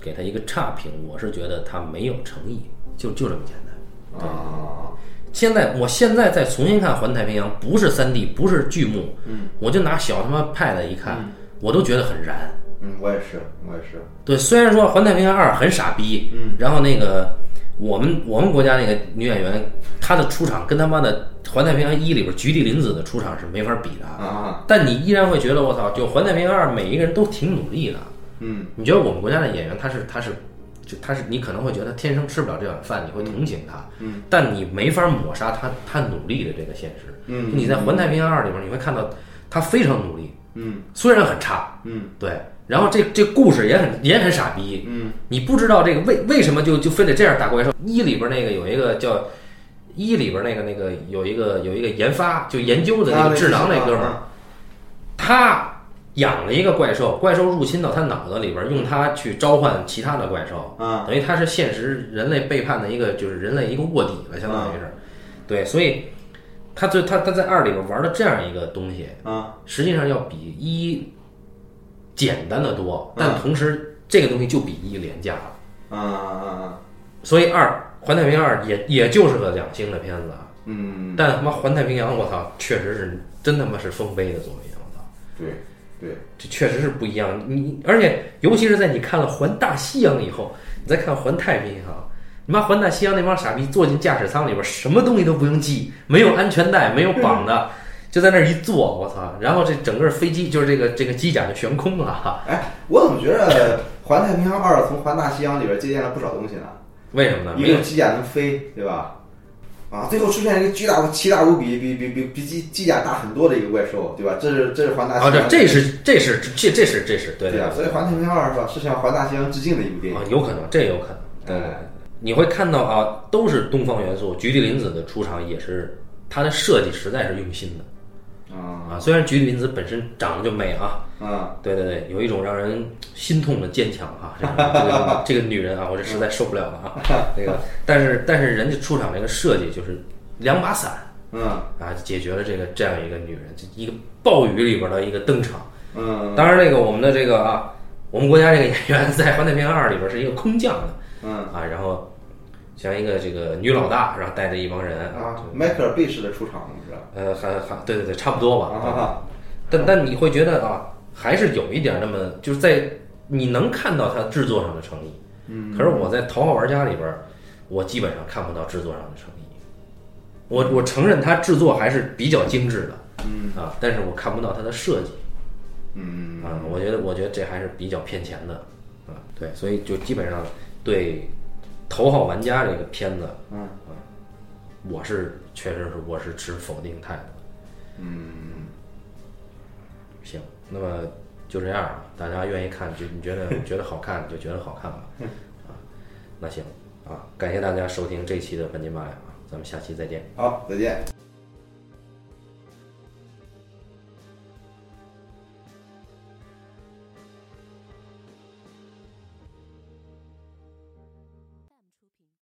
给他一个差评，我是觉得他没有诚意，就就这么简单。
啊，
现在我现在再重新看《环太平洋》，不是三 D，不是剧目，
嗯，
我就拿小他妈 Pad 一看，我都觉得很燃。
嗯，我也是，我也是，
对，虽然说《环太平洋二》很傻逼，嗯，然后那个我们我们国家那个女演员，她的出场跟他妈的《环太平洋一》里边菊地凛子的出场是没法比的啊。
啊，
但你依然会觉得我操，就《环太平洋二》每一个人都挺努力的。
嗯
你觉得我们国家的演员他是他是就他是你可能会觉得他天生吃不了这碗饭，你会同情他，
嗯，
但你没法抹杀他他努力的这个现实。
嗯
你在《环太平洋二》里边你会看到他非常努力，
嗯
虽然很差，
嗯
对，然后这这故事也很也很傻逼，
嗯
你不知道这个为为什么就就非得这样打怪兽？一里边那个有一个叫一里边那个那个有一个有一个研发就研究的那个智囊那哥们儿，他养了一个怪兽，怪兽入侵到他脑子里边，用它去召唤其他的怪兽，
啊，
等于他是现实人类背叛的一个，就是人类一个卧底了，相当于
啊
是。对，所以他最他他在二里边玩的这样一个东西，
啊，
实际上要比一简单的多，
嗯
但同时这个东西就比一廉价了。
啊啊，
所以二《环太平洋二》也也就是个两星的片子啊，
嗯，
但他妈《环太平洋》我操，确实是真他妈是丰碑的作品，我操。
对对，
这确实是不一样。你而且尤其是在你看了《环大西洋》以后，你再看《环太平洋》，你妈《环大西洋》那帮傻逼坐进驾驶舱里边，什么东西都不用系，没有安全带，没有绑的，就在那儿一坐，我操！然后这整个飞机就是这个这个机甲就悬空了哈。
哎，我怎么觉得《环太平洋二》从《环大西洋》里边借鉴了不少东西呢？
为什么呢？
一
没有
个机甲能飞，对吧？啊，最后出现一个巨大、奇大无比、比比比比机机甲大很多的一个怪兽，对吧？这是这是环大西
啊，
洋。
这这是这是这这是这是对
对
对
啊，所以《环太平洋二》是吧，是向《环大西洋》致敬的一部电影
啊。，有可能，这有可能。
对，
你会看到啊，都是东方元素，菊地凛子的出场也是，她的设计实在是用心的。
嗯
啊，虽然菊地凛子本身长得就美啊，
嗯，
对对对，有一种让人心痛的坚强 哈、这个这个女人啊，我这实在受不了了啊。那个，但是但是人家出场这个设计就是两把伞
嗯
啊，解决了这个这样一个女人，这一个暴雨里边的一个登场。
嗯
当然，那个我们的这个啊，我们国家这个演员在《环太平洋二》里边是一个空降的
嗯
啊，然后像一个这个女老大，然后带着一帮人
啊，迈克尔贝式的出场，我们知道。
呃，还还对对对，差不多吧。
啊，
但但你会觉得啊，还是有一点那么，就是在你能看到它制作上的诚意。嗯。可是我在《头号玩家》里边儿，我基本上看不到制作上的诚意。我我承认它制作还是比较精致的，嗯啊，但是我看不到它的设计
嗯
啊，我觉得我觉得这还是比较骗钱的啊，对，所以就基本上对《头号玩家》这个片子，
嗯
啊，我是确实是我是持否定态度的。
嗯，
行，那么就这样吧，大家愿意看就你觉得觉得好看就觉得好看吧，
嗯
啊，那行啊，感谢大家收听这期的半斤八两啊，咱们下期再见。
好，再见。